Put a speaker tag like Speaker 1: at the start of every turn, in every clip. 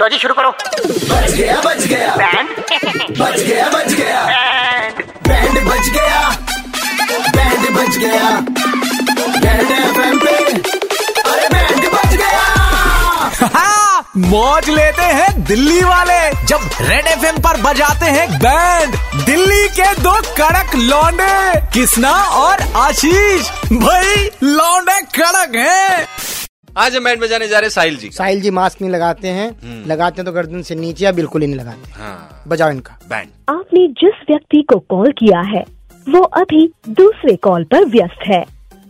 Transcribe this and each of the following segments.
Speaker 1: लो तो जी शुरू करो
Speaker 2: बच गया बच गया
Speaker 1: बैंड
Speaker 2: बच गया बच गया
Speaker 1: बैंड
Speaker 2: बैंड बच गया बैंड बच गया बैंड एफएम पे अरे बैंड बच गया
Speaker 3: हाँ, मौज लेते हैं दिल्ली वाले जब रेड एफ पर बजाते हैं बैंड दिल्ली के दो कड़क लौंडे किसना और आशीष भाई लौंडे कड़क हैं
Speaker 4: आज हम बैंड बजाने जा रहे हैं साहिल जी
Speaker 5: साहिल जी मास्क नहीं लगाते हैं लगाते हैं तो गर्दन से नीचे या बिल्कुल ही नहीं लगाते
Speaker 4: हम्म। हाँ
Speaker 5: बजाओ इनका
Speaker 4: बैंड
Speaker 6: आपने जिस व्यक्ति को कॉल किया है वो अभी दूसरे कॉल पर व्यस्त है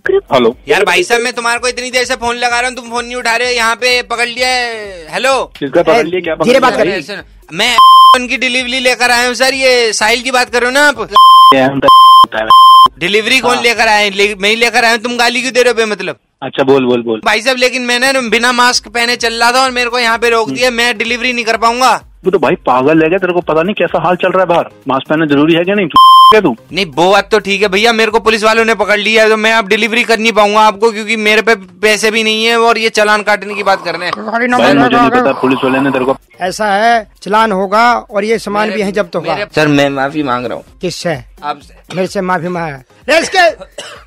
Speaker 6: कृपया
Speaker 7: हेलो
Speaker 4: यार भाई साहब मैं तुम्हारे को इतनी देर से फोन लगा रहा हूँ तुम फोन नहीं उठा रहे हो यहाँ पे पकड़ लिया है हेलो
Speaker 7: किसका पकड़ लिया क्या
Speaker 5: धीरे बात
Speaker 7: पकड़
Speaker 4: अरे सर, मैं उनकी डिलीवरी लेकर आया हूँ सर ये साहिल की बात करो ना आप
Speaker 7: लिया है? हम तो
Speaker 4: डिलीवरी कौन लेकर आए हैं? ले, मैं ही लेकर आया हूँ तुम गाली क्यों दे रहे हो मतलब
Speaker 7: अच्छा बोल बोल बोल
Speaker 4: भाई साहब लेकिन मैंने ना बिना मास्क पहने चल रहा था और मेरे को यहाँ पे
Speaker 7: हम्म।
Speaker 4: रोक दिया मैं डिलीवरी नहीं कर पाऊंगा
Speaker 7: तू तो भाई पागल है क्या तेरे को पता नहीं कैसा हाल चल रहा है बाहर मास्क पहनना जरूरी है क्या नहीं तू क्या तू
Speaker 4: नहीं वो बात तो ठीक है भैया मेरे को पुलिस वालों ने पकड़ लिया है तो मैं आप डिलीवरी कर नहीं पाऊंगा आपको क्योंकि मेरे पे पैसे भी नहीं है और ये चालान काटने की बात कर रहे हैं
Speaker 7: भाई मुझे नहीं पता पुलिस वाले ने तेरे को
Speaker 5: ऐसा है चलान होगा और ये सामान भी है जब्त होगा
Speaker 4: मेरे- सर मैं माफी मांग रहा हूँ
Speaker 5: किससे
Speaker 4: आपसे
Speaker 5: मेरे से माफी मांगा इसके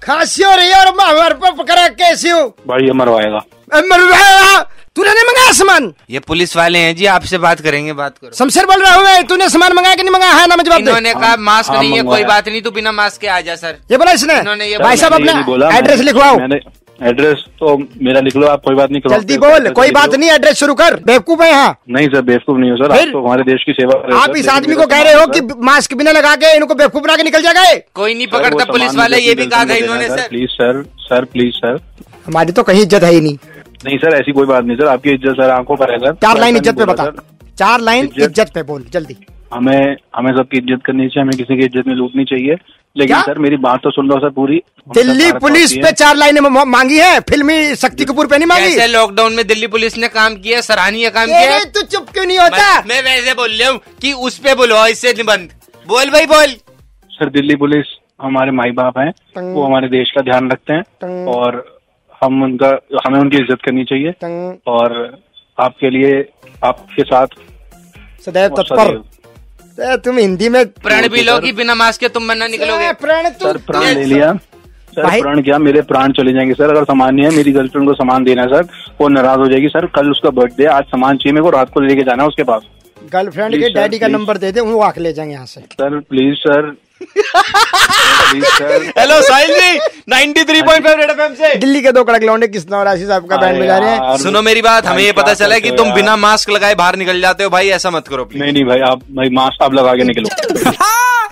Speaker 5: खांसी हो रही है और मैं हमारे पर करा कैसी हूँ
Speaker 7: भाई ये मरवाएगा
Speaker 5: तूने नहीं मंगाया सामान
Speaker 4: ये पुलिस वाले हैं जी आपसे बात करेंगे बात करो
Speaker 5: शमशेर बोल रहा हूँ मैं, तूने सामान मंगाया कि नहीं मंगाया है ना मैं जवाब दे
Speaker 4: इन्होंने कहा मास्क
Speaker 7: हाँ,
Speaker 4: नहीं है कोई
Speaker 7: मंगवाया।
Speaker 4: बात नहीं तू बिना मास्क के आ जा सर
Speaker 5: ये बोला इसने
Speaker 4: इन्होंने ये
Speaker 5: भाई साहब
Speaker 7: मैंने ये नहीं बोला,
Speaker 5: अपना एड्रेस
Speaker 7: मैंने-
Speaker 5: लिखवाओ
Speaker 7: मैंने तो एड्रेस तो मेरा लिख लो आप कोई बात नहीं करो
Speaker 5: जल्दी बोल कोई बात नहीं एड्रेस शुरू कर बेवकूफ है यहाँ
Speaker 7: नहीं सर बेवकूफ नहीं हो सर
Speaker 5: फिर?
Speaker 7: आप तो हमारे देश की सेवा कर रहे हो,
Speaker 5: आप इस
Speaker 7: सर, लेकिन तो
Speaker 5: आदमी
Speaker 7: मेरा
Speaker 5: को कह रहे हो
Speaker 7: सामान,
Speaker 5: कि
Speaker 7: सर,
Speaker 5: मास्क बिना लगा के इनको बेवकूफ बना के निकल जाएगा ये।
Speaker 4: कोई नहीं
Speaker 7: सर, वो तो
Speaker 4: पकड़ता
Speaker 7: सामान
Speaker 4: पुलिस
Speaker 7: मुझे
Speaker 4: वाला ये
Speaker 7: अपनी
Speaker 4: भी कहा था
Speaker 7: गर्लफ्रेंड को
Speaker 4: इन्होंने
Speaker 7: देना
Speaker 4: sir
Speaker 7: please sir sir please sir
Speaker 5: हमारी तो कहीं इज्जत है ही नहीं
Speaker 7: नहीं सर ऐसी कोई बात नहीं सर आपकी इज्जत सर आपको पर है सर
Speaker 5: चार लाइन
Speaker 7: ऐसा
Speaker 5: इज्जत पे
Speaker 7: नहीं
Speaker 5: बता
Speaker 7: बोला, सर।
Speaker 5: चार लाइन
Speaker 7: इज्जत-
Speaker 5: इज्जत पे बोल जल्दी
Speaker 7: हमें हमें सबकी इज्जत करनी चाहिए हमें किसी की इज्जत में लूटनी चाहिए लेकिन
Speaker 5: क्या?
Speaker 7: सर मेरी बात तो सुन लो सर पूरी
Speaker 5: दिल्ली
Speaker 7: सरकार
Speaker 5: पुलिस
Speaker 7: पहुंची
Speaker 5: पे
Speaker 7: है।
Speaker 5: चार लाइनें म- मांगी है फिल्मी शक्ति कपूर पे नहीं मांगी
Speaker 4: कैसे लॉकडाउन में दिल्ली पुलिस ने काम किया सराहनीय काम किया
Speaker 5: अरे तू चुप क्यों नहीं
Speaker 4: मैं,
Speaker 5: होता
Speaker 4: मैं वैसे बोल रहा हूँ कि उस पे बोलो इससे निबंध बोल भाई बोल
Speaker 7: सर दिल्ली पुलिस हमारे माई बाप हैं
Speaker 5: टंग।
Speaker 7: वो हमारे देश का ध्यान रखते हैं
Speaker 5: टंग।
Speaker 7: और हम उनका हमें उनकी इज्जत करनी चाहिए
Speaker 5: टंग,
Speaker 7: और आपके लिए आपके साथ
Speaker 5: सदैव
Speaker 7: और
Speaker 5: तत्पर
Speaker 7: सदैव।
Speaker 5: ए, तुम हिंदी में
Speaker 4: प्रण भी लो
Speaker 7: सर।
Speaker 4: कि बिना मास्क के तुम बनना निकलोगे
Speaker 5: ए, प्रण
Speaker 7: सर
Speaker 5: तू
Speaker 7: प्राण ले लिया सर
Speaker 5: भाई-
Speaker 7: प्राण क्या मेरे प्राण चले जाएंगे सर अगर सामान नहीं है मेरी गर्लफ्रेंड को सामान देना है सर वो नाराज हो जाएगी सर कल उसका बर्थडे है, आज सामान चाहिए मेरे को रात को लेके जाना है उसके पास
Speaker 5: गर्लफ्रेंड
Speaker 7: Please,
Speaker 5: के
Speaker 7: sir,
Speaker 5: डैडी का
Speaker 7: please.
Speaker 5: नंबर दे दे उनको आके ले जाएंगे यहाँ से
Speaker 7: sir please sir please sir
Speaker 4: hello Sahil ji 93.5 three point five से
Speaker 5: दिल्ली के दो कड़क लौंडे किस और आशीष साहब का बैंड
Speaker 7: अरे
Speaker 5: बजा रहे हैं
Speaker 7: यार,
Speaker 4: सुनो मेरी बात हमें
Speaker 7: भाई
Speaker 4: ये पता
Speaker 7: क्या
Speaker 4: चला है कि
Speaker 7: करते हो
Speaker 4: तुम
Speaker 7: यार?
Speaker 4: बिना मास्क लगाए बाहर निकल जाते हो भाई ऐसा मत करो please।
Speaker 7: नहीं नहीं भाई आप भाई मास्क आप लगा के निकलो
Speaker 3: हाँ,